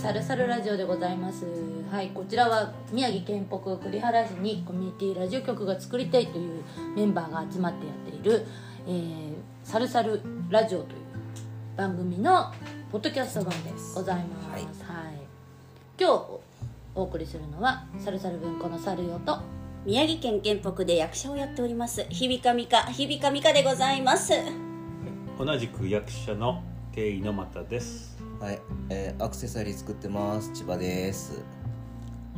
サルサルラジオでございますはいこちらは宮城県北栗原市にコミュニティラジオ局が作りたいというメンバーが集まってやっている、えーサルサルラジオという番組のポッドキャスト版でございます、ははいい今日おお送りするのはサルサル文庫のサルヨと宮城県県北で役者をやっております響かみか響かみかでございます同じく役者の定井の又ですはい、えー、アクセサリー作ってます千葉です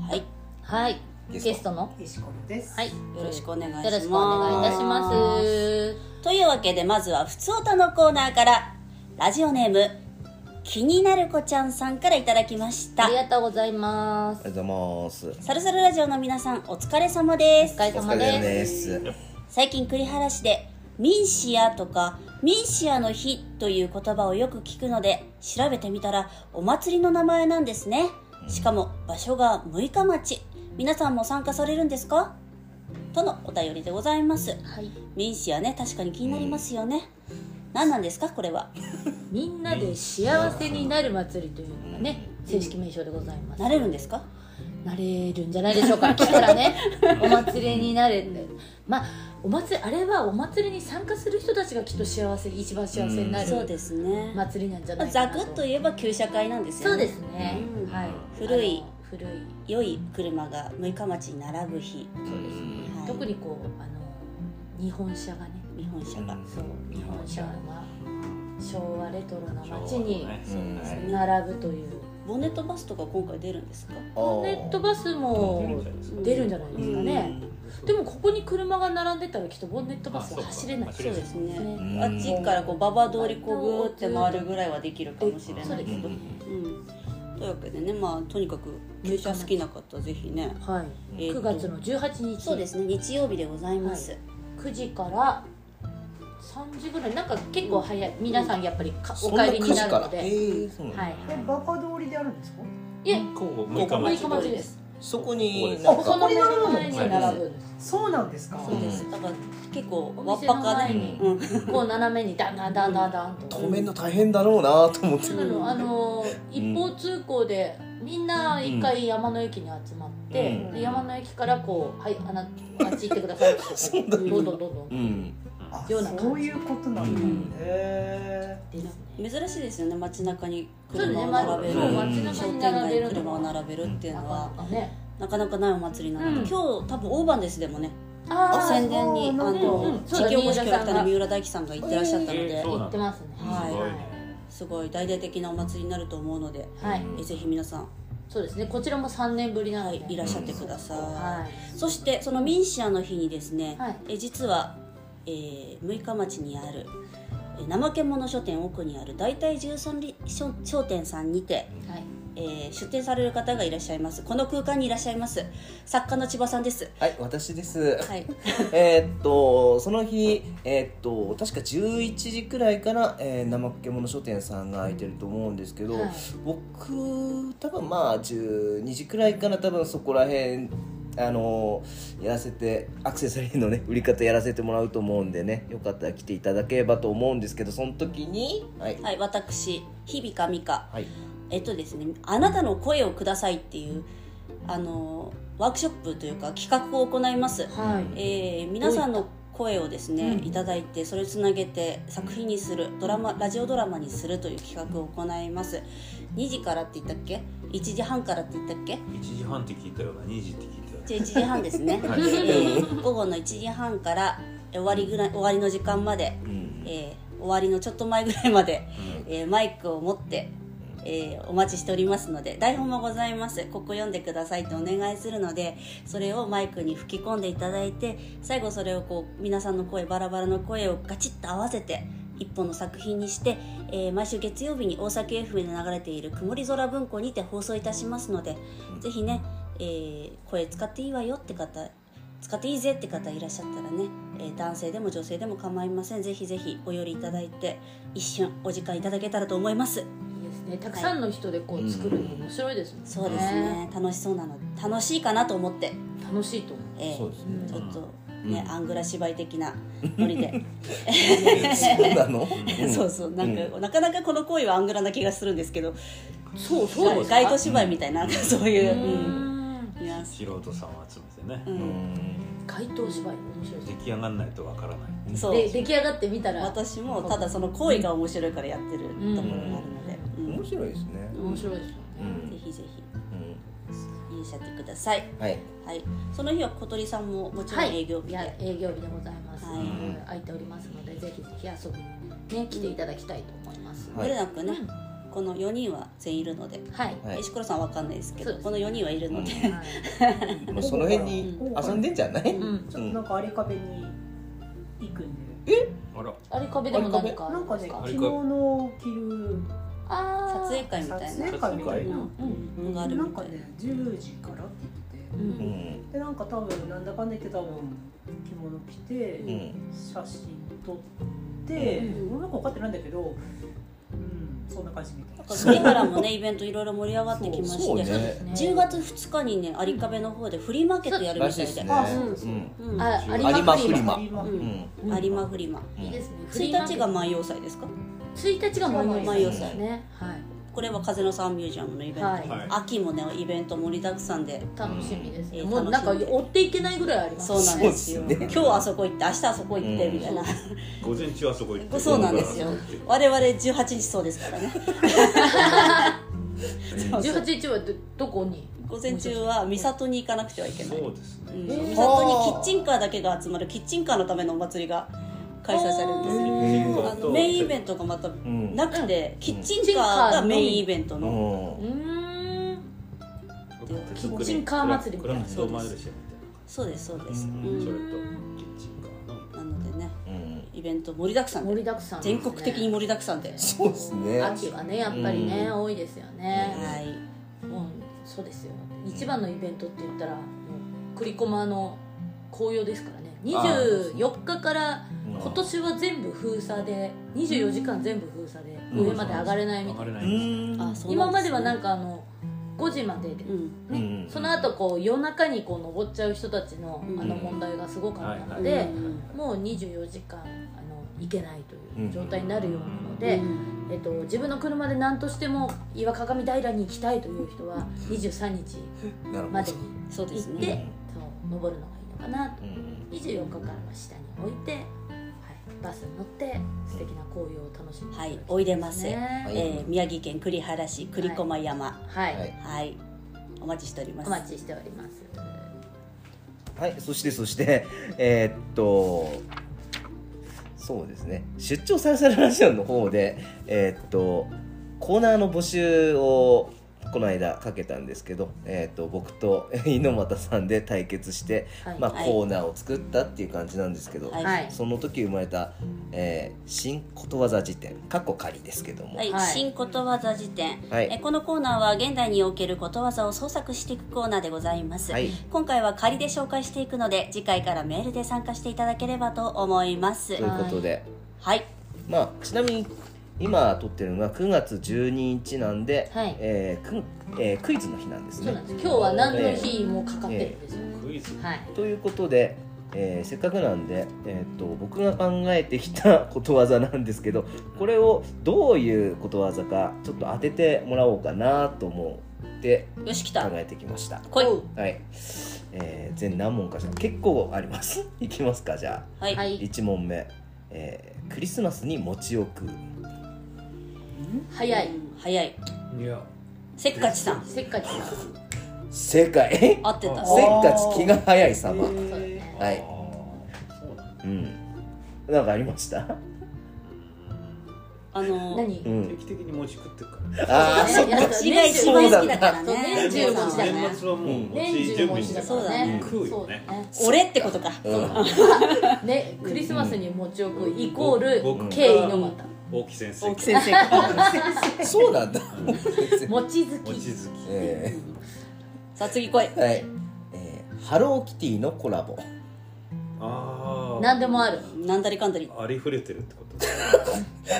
はいはいゲゲスストトの石子です。はいよよろしくお願いしますよろしくお願いいたしますというわけでまずは「ふつおた」のコーナーからラジオネーム気になる子ちゃんさんからいただきましあたりがとうございまあすりがとうございますサルサルラジオの皆さんお疲れ様ですお疲れお様疲れ様でですす最近栗原市で「ミンシア」とか「ミンシアの日」という言葉をよく聞くので調べてみたらお祭りの名前なんですねしかも場所が六日町皆さんも参加されるんですかとのお便りでございますはい、ミンシアね確かに気になりますよね、何なんですかこれはみんなで幸せになる祭りというのがね正式名称でございますなれるんですかなれるんじゃないでしょう か来たらねお祭りになれってまあお祭りあれはお祭りに参加する人たちがきっと幸せ一番幸せになるそうですね、ま祭りなんじゃなあ、いかざなくっとう言えば旧社会なんですよそうねですね、うんはい古いあの古い良い車が六日町に並ぶ日、そうですね、はい特にこうあの日本車がね日本車が、そう日本車が昭和レトロな街ちょうどにねうんはい並ぶというボンネットバスとか今回出るんですかボンネットバスも出るんじゃないですかね、でもここに車が並んでたらきっとボンネットバスは走れないあそそううそうですねうんあっちからこう馬場通りこうぐーって回るぐらいはできるかもしれないけうど、うん、というわけでねまあとにかく旧車好きな方ぜひね、はい、えーと9月の18日そうですね日曜日でございます、 9時から3時ぐらいなんか結構早い皆さんやっぱりかおそんな帰りになるので、 9時からえーそうなんだはいえ、馬場通りであるんですか。いえこここ六こ日も町行く町ですそこにここですなんあかそのここに並ぶの前に並ぶんですそうなんですか。そうですだから結構おわっ店ぱのか前ねにうんこう斜めにダンダンダンダンダンと止めんの大変だろうなと思ってなのあのー一方通行でみんな一回山の駅に集まって、うんで山の駅からこう「はいあなあっち行ってください」って言ってどんどんどんどんうんあような感じそういうことなんだ。うんへですね珍しいですよね街中にそう車を並べる、そうねま街中商に店並べ街るに車をの並べるっていうなのかはなかねなかなかないお祭りなので、うん今日多分オーバンですでもねあー宣伝にあそうなんだのうんそうだ地域おこし協力隊の三三浦大樹さんが行ってらっしゃったので、えーそう行ってますねはいはすごい大々的なお祭りになると思うので、い、はいえぜひ皆さん、そうですねこちらも3年ぶりなのはで、い、いらっしゃってください、はいそしてそのミンシアの日にですね、はいえ実は、えー六日町にあるえー怠け者書店奥にある大体13里書商店さんにて、はいえー出店される方がいらっしゃいますこの空間にいらっしゃいます作家の千葉さんですはい私です はいえーっとその日えーっと確か11時くらいから、えー、怠け者書店さんが開いてると思うんですけど、はい僕多分まあ12時くらいから多分そこら辺あのやらせてアクセサリーのね売 り方やらせてもらうと思うんでねよかったら来ていただければと思うんですけどその時にはいはい私日々美香はいえっとですね「あなたの声をください」っていうあのワークショップというか企画を行います、はいえー皆さんの声をですねうんいただいてそれをつなげて作品にするドラマラジオドラマにするという企画を行います2時からって言ったっけ1時半からって言ったっけ一時半って聞いたような二時って聞いたようなじゃあ1時半ですね、はいえー 午後の1時半から終わりぐらい終わりの時間まで、うんえー終わりのちょっと前ぐらいまで、えーマイクを持って、えーお待ちしておりますので台本もございますここ読んでくださいとお願いするのでそれをマイクに吹き込んでいただいて最後それをこう皆さんの声バラバラの声をガチッと合わせて一本の作品にして、えー毎週月曜日に大阪 FM で流れている「曇り空文庫」にて放送いたしますので、ぜひね、えー声使っていいわよって方使っていいぜって方いらっしゃったらね、えー男性でも女性でも構いませんぜひぜひお寄りいただいて一瞬お時間いただけたらと思いますいいですねたくさんの人でこう作るの面白いですもんねそうですね楽しそうなの楽しいかなと思って、楽しいと思えーそうですねちょっとね、アングラ芝居的なノリでそうなの、うんそうそうなんか、なかなかこの行為はアングラな気がするんですけどそうそうですか街頭芝居みたいな、なんかそういうーう、うん、んニュアンス。素人さんを集めてうね、ん、街頭芝居面白い出で来上がんないとわからないそう。すで出来上がってみたら私もただその行為が面白いからやってるところがあるので、う面ん白いですね面白いですようねぜん、ひぜひいうらっしゃってください。ん、はいはい。その日は小鳥さんももちろん営業日いで、や営業日でございます、はういん空いておりますのでぜひぜひ遊びにね来ていただきたいと思います、はい無理なくね、うんこの4人は全員いるので、はい、はい石黒さんはわかんないですけど、そうですこの4人はいるので、はいまあその辺に遊んでんじゃない、ううんんちょっとなんかアリ壁に行くんで、あらあれ壁でも何かあなるんんかですねか昨日の着るあー 撮影会み撮たいな。影会みたい撮影会なうんのがあるみたいなんかね10時からって言っててうんうんでなんか多分なんだかんだ言って多分着物着て、うん写真撮って、うん俺なんか分かってないんだけど、うん、そんな感じみたいな。それからもねイベントいろいろ盛り上がってきましてそうねね10月2日にね有壁の方でフリーマーケットやるらみしいたいですで、ねあそうですうんうんあうん有馬フ有リマ馬フリマううんんうん有馬フリマいいですね1日がフ万葉祭ですかリマ1日が万葉万葉祭祭ねはいこれは風のサンミュージアムのイベント、はいはい秋もねイベント盛りだくさんで楽しみですね、うんもうなんか楽しみです追っていけないぐらいありますそうなんですよそうですね今日あそこ行って明日あそこ行ってみたいな、午前中はそこ行ってそうなんですよ午後はそこ行っ我て々18日そうですからねそうそう18日はどどこに午前中は三郷に行かなくてはいけないそうですね、うん三そう郷にキッチンカーだけが集まるキッチンカーのためのお祭りが開催されるんですよあのメインイベントがまたんなくて、キッチンカーがメインイベントうの、うーん手作りキッチンカー祭りみたいなクラフトマルシェみそうですそうです、ううんたいな、それん、とキッチンカーのなのでねんうんイベント盛りだくさんで盛りだくさんですね、全国的に盛りだくさんで、そうですね秋はねやっぱりね、多いですよね、はいもうそうですよ一番のイベントって言ったらもう栗駒の紅葉ですからねあー24日からうん今年は全部封鎖で24時間全部封鎖でうん上まで上がれないみたいな、上がうれないんでんあそう今まではななんんかあの5時までで、すねうんうねんその後こう夜中にこう登っちゃう人たちのうんあの問題がすごかったのはいで、うんもう24時間あの行けないという状態になるようなので、うんえっと、自分の車で何としても岩鏡平に行きたいという人は23日なるほまどでにそうで行っすて、ねそう登るのがいいのかなとうん24日からは下に置いて、はい、バスに乗って素敵な紅葉を楽しみにはいおいでますねはいえー宮城県栗原市栗駒山ははい、はいい、お待ちしておりまおす待ちしておりますはいそしてそして えーっとそうですね出張サルサルラジオの方でえーっとコーナーの募集をこの間かけたんですけど、えーっと僕と えー猪俣さんで対決して、はい、まあ、はいコーナーを作ったっていう感じなんですけど、はいはいその時生まれた、えー新ことわざ辞典過去仮ですけども、はい、はい新ことわざ辞典、はいえこのコーナーは現代におけることわざを創作していくコーナーでございます、はい今回は仮で紹介していくので次回からメールで参加していただければと思いますということで、はいまあちなみに今撮ってるのが9月12日なんで、はいえーくえークイズの日なんですそうなねん。です今日は何の日もかかってるんですよね、クイズはいということで、えーせっかくなんで、えー、と僕が考えてきた ことわざなんですけどこれをどういうことわざかちょっと当ててもらおうかなと思ってよし来考たえてきました。来いはい、えー全何問かじゃ結構あります いきますかじゃはい、はいあ1問目、えークリスマスに餅を食う」早いうん早いいやせっかちさんせっかちだそ正解 合ってたせっかち気が早い様へうだーねはいそうなんだうんなんかありましたあの何 う定ん期的に餅食ってるからあーそそうっだねかこっちが一番好きだかそらう年ね中餅だね年末はもう年餅中準備餅してだるかそからうだねね食うよねそうだね俺ってことか、うんね、クリスマスに餅を食うイコール僕僕敬意のま大木先生大木先生か そうなんだ 餅好餅き好きえさあ次来いーはいえーハローキティのコラボあ何でもあるなんだりかんだりあありふれてるってこと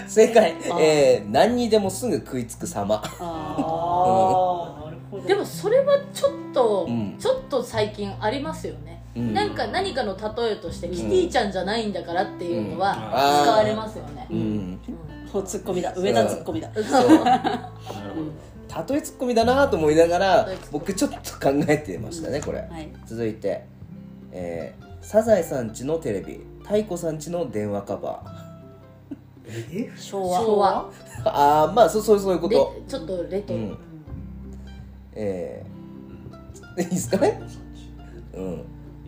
正解あー、えー何にでもすぐ食いつくあ様あーなるほど。でもそれはちょっと、うんちょっと最近ありますよね、うんなんか何かの例えとして、キティちゃんじゃないんだからっていうのうんは使あーわれますよね、うんうんーもうツッコミだ上田ツッコミだそうななるほど例えツッコミだなと思いながら例えツッコミ僕ちょっと考えてましたねこれ、はい続いて、えーサザエさんちのテレビ太子さんちの電話カバえ昭和昭和ーああまあそうそうそういうこでと、ちょっとレトうロ、んうんえうんー、い いですかね太鼓さんち行うんっ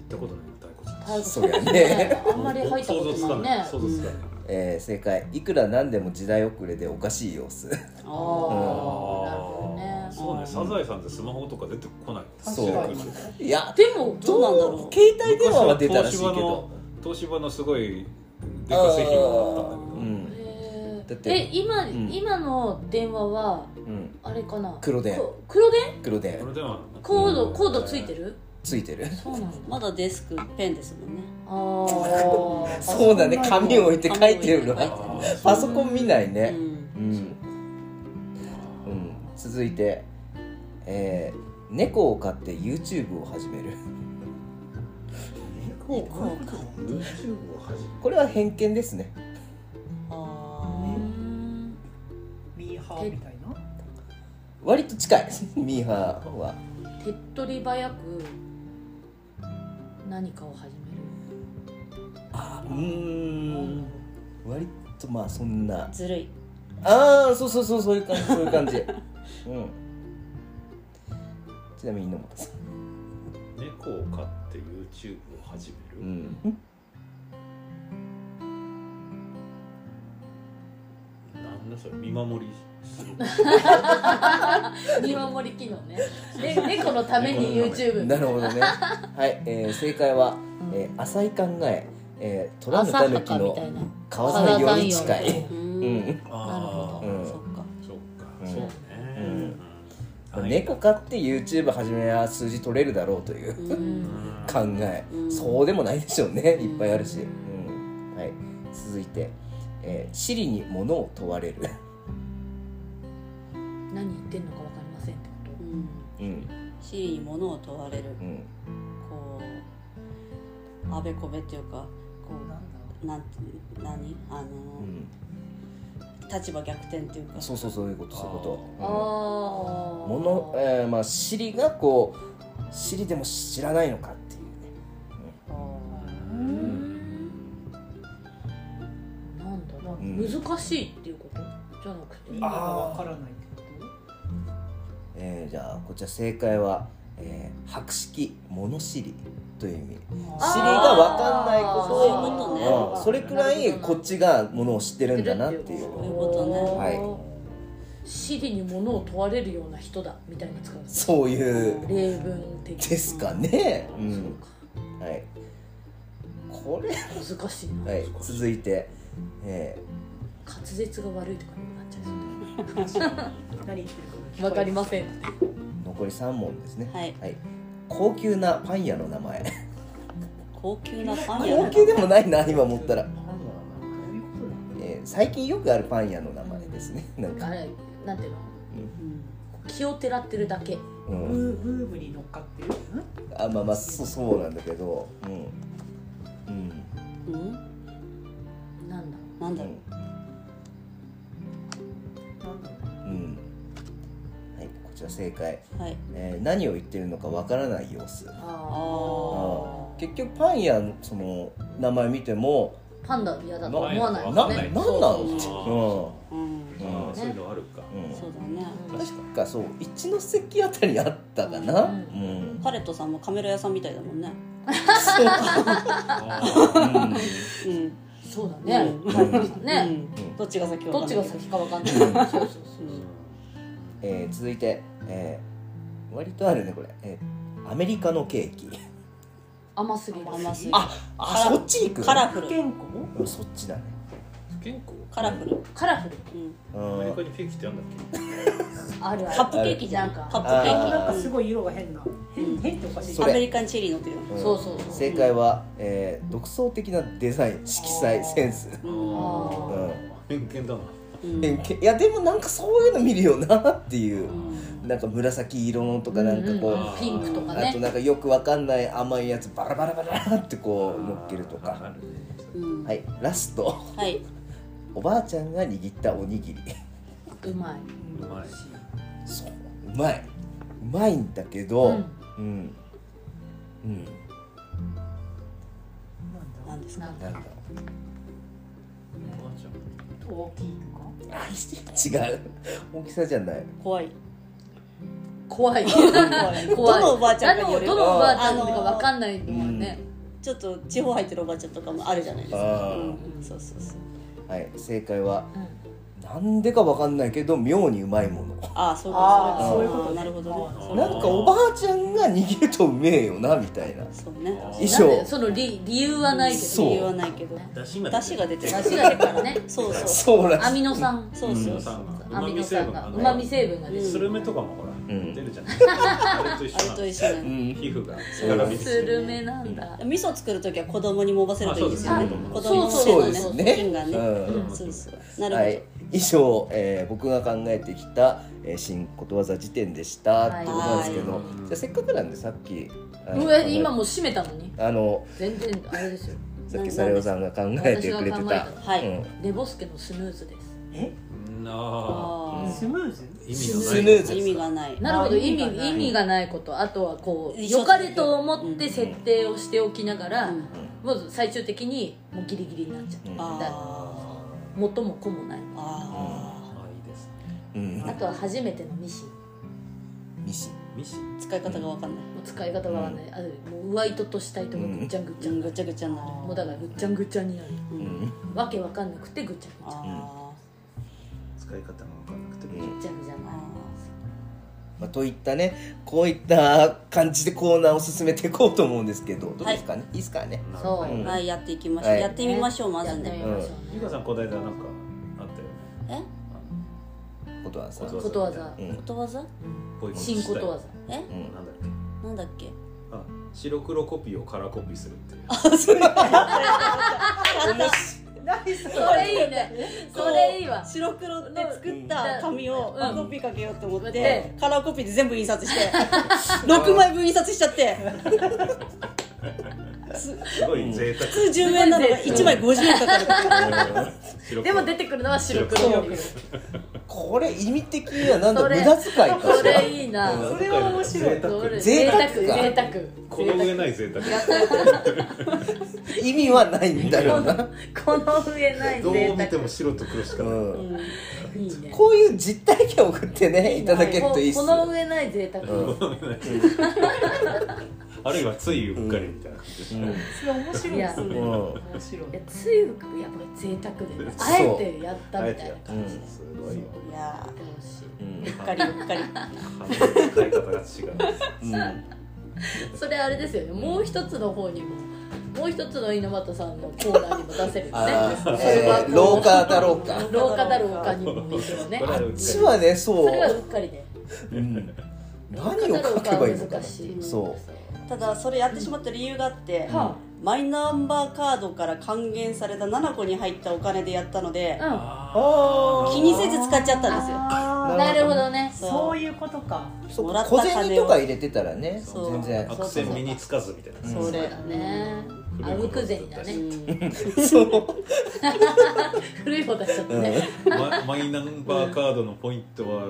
たことないよ太鼓さんち太鼓そりゃね、 あんまり入ったことないね想像つかない想像つかないえー正解いくらなんでも時代遅れでおかしい様子ああ なるほどあねーそうねサザエさんってスマホとか出てこないそう確かにいやでもどうなんだろう携帯電話は出たらしいけ昔は東芝どの東芝のすごいデカ製品があったんだうけどん、へーだってえ今、ん今の電話はうん、あれかな黒電こ黒電黒電これではコードコードついてるついてるそうなんだまだデスクペンですもんねあーそうだね紙を置いて書いてるの紙を置いて書いてるあパソコン見ないうねんうん、うん、続いてえー猫を飼って YouTube を始める猫を飼うか YouTube を始めこれは偏見ですねうあんミーハーみたいな割と近い ミーハーは手っ取り早く何かを始めるうーん割とまあそんなーずるいああそうそうそうそういう感じそういう感 じうんちなみに野本さん猫を飼って YouTube を始める、うんなんだそれ見守りする見守り機能ねで 猫のために猫のため YouTube なるほどねはい、えー正解は、えー浅い考ええー取らぬ浅たはぬきかみたいのな川さんより川近さんよりい、ううんん、なるほあど、うんそっかーそっか、うんそうね、うんうん猫飼って YouTube 始めや数字取れるだろうというううんん考え、うんそうでもないでしょうねうんいっぱいあるし、うんはい、続いて、えー「シリに物を問われる」何言ってんのか分かりませんってこうんうんシリに物を問われるうん、こうあべこべっていうかこなんだろうなんて何あのう、ん、立場逆転っていうかそうそうそういうことそういうことと、ああうん、物えー、まあ「シリがこう「シリでも知らないのかっていうねなんだろう、うん難しいっていうことじゃなくてう意味がわからないってこえーじゃあこちら正解は、えー白色物知りという意味と知りがわかんないことそういうことねをうんそれくらいこっちがものを知ってるんだなってい知ってるうっていうそういうことねはいシリに物を問われるような人だみたいな使うんですそういう例文的でなすかね、うそんはい、これ、うか難しいな、はい、続いて、え滑舌が悪いとかにもなっちゃいそう何言ってるかも聞こえわかりませんってー残り3問ですね、はい高級なパン屋の名前高級なパン屋高級でもないな今思ったら、どういうことだえー最近よくあるパン屋の名前ですね なんかあ、れなんていうのうん気をてらってるだけうブん、ーブームに乗っかってるあまあまあそうそうなんだけどうんうんうんなんだろなんうだろうんなんだろうねうんはいこちら正解、はいえー何を言ってるのかわからない様子うああーあー結局パン屋のその名前見てもーパンダ嫌だとは思わないなですわかなんないなんなねのそうっそうてそううんあーそういうのあるか、うん、うんそうだね確かそう一ノ関あたりにあったかなうん うん、パレットさんもカメラ屋さんみたいだもんねそうあうんうんそうだねうんパンダさんうねんどっちが先かどわっかんちないが先かわかんないそうそうそううんえー続いて、えー割とあるねこれ、えーアメリカのケーキ甘すぎる甘すぎるああそっち行くカラフ不ル健康うんそっちだねー健康カラフルカラフルうんうんアメリカにケーキってあんだっけあるあるカップケーキじゃなんんかかカッあーなんかプケすーごい色が変な変変っておかしいキそアれメリカンチェリーのっていうのそうそうそう正解は、えー独創的なデザイン色彩センス、あうーん偏見だなうん偏見いやでもなんかそういうの見るよなっていうう、んなんか紫色のとかなんかこう、うんうんピンクとかあとねなんかよくわかんない甘いやつバラバラバラってこう乗っけるとあかるねうんはいラストはいおばあちゃんが握ったおにぎりうまい、うまいしそううまいうまいんだけうどうんん、うんなんだなんですかなんかなんだろ大きいとかう違う大きさじゃない怖い怖 い怖どいのおばあちゃんか何によをるどのおばあちゃんか分かんないと思うね、ちょっと地方入ってるおばあちゃんとかもあるじゃないですあか、ーうん、そうそうそうはい正解はうんなんでかわかんないけど妙にうまいものああそうかあーそういそこういううこととねなるほどねあーなんかおばあちゃんが握るとうめえよなみたいなそうねあー衣なんで装その理理由はないけどそう理由はないけど出汁が出汁が出てる出汁が出るからねそうそうそうらアしいミノ酸そううそうまそうさんアがうまミみノ成酸分ががうねまみ成分がうねんスルメとかもほら、ん出るじゃないですかあれと一緒あれと一緒ななの皮うのん膚がう絡んみつスいてルメなんだ味噌作る時は子供にもばせるといいですよねあそうですねそう子供の手のですねね菌がね、うんそうそうなるほど、はい、以上、えー僕が考えてきた、えー新ことわざ辞典でした、はいってことなんですけど、はいじゃあせっかくなんでさっきあのうわ今もう閉めたのにあの全然あれですよさっきサレオさんが考えてくれて私たが考はいうんレボスケのスヌーズですえなあスムーズ意味のないスヌーズー意味がないなるほどあ意意味味がない意味がないことあとはこう一緒良かれと思って設定をしておきながら、うんもう最終的にもうギリギリになっちゃうんあう元も子もないーああいいですねうんあとは初めてのミシンミシンミシンー使い方がわかんないもう使い方がわかんない、あともう上糸と下糸がぐっちゃんぐっちゃん、ぐちゃぐちゃになるもうだからぐっちゃんぐっちゃんになるうんわけわかんなくてぐっちゃんぐっちゃんあ使い方が分からなくてうんぐっちゃんじゃーないまあ、といったねこういった感じでコーナーを進めていこうと思うんですけどどうですかね、い、いですかねそうう、あーんはいやっていきましょう、はいやってみましょうまずやってねみましょうゆねかさんこの間なんかあったよえねことはさことわざことわざうんことわざこういうの新ことわざえうんなんだっけなんだっけあ白黒コピーをカラーコピーするっ ていう何それそれいいねそれいいわ白黒で作った紙をうんコピーかけようと思っうてカラーコピーで全部印刷して 6枚分印刷しちゃってすごい贅沢普通10円なのが1枚50円かかる白黒でも出てくるのは白黒白これ意味的にはなんだそ無れ駄遣いかそしられいいな、それは面白いそれ贅沢贅か沢贅沢この上ない贅沢意味はないんだよな、この上ないど贅う見て沢も白と黒しかうない、ん、いいねこういう実体験を送ってねいただけるといいっすこの上ない贅沢、うんあるいはついうっかりみたいな感じですうね、んそれ面白いですねうん面白いいやつゆくやっぱり贅沢でねあえてやったあえみてたいやなったうんすごいよいややってほしいうんーうっかりうっかり使い方が違ううんそれあれですよねもう一つの方にももう一つの猪俣さんのコーナーにも出せるよねあーそれはえー廊下だろうか廊下だろうかにもいいけどねこれはうっかり私はねそそれはうっう、かりねうん、廊何下だをろ書うけかばはいいのか難なしいそただそれやってしまった理由があって、はマイナンバーカードから還元された7個に入ったお金でやったのでああー気にせず使っちゃったんですようあんーなるほどねそういうことかそうもらった小金を銭とか入れてたらねそう全然悪戦身につかずみたいな、そそうれだねあうく銭だねそう 古い方出しちゃったね、まマイナンバーカードのポイントは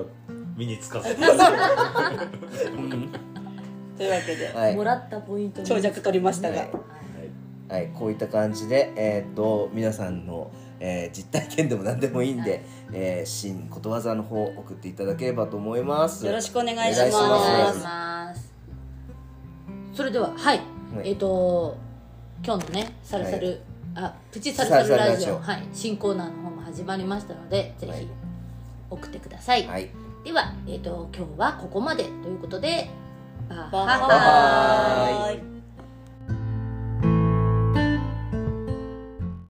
身につかずというわけではいもらったポイントに長尺取りましたが、はいはい、こういった感じで、えー、と皆さんの、えー実体験でも何でもいいんで、はいえー新ことわざの方送っていただければと思います。よろしくお願い願いししますお願まいしすますそれでははい、えっ、と今日のねサルサル、あプチサルサルラジオサルサはい、新コーナーの方も始まりましたのでぜはいひ送ってください、はい、では、えっと今日はここまでということでババッハイバイ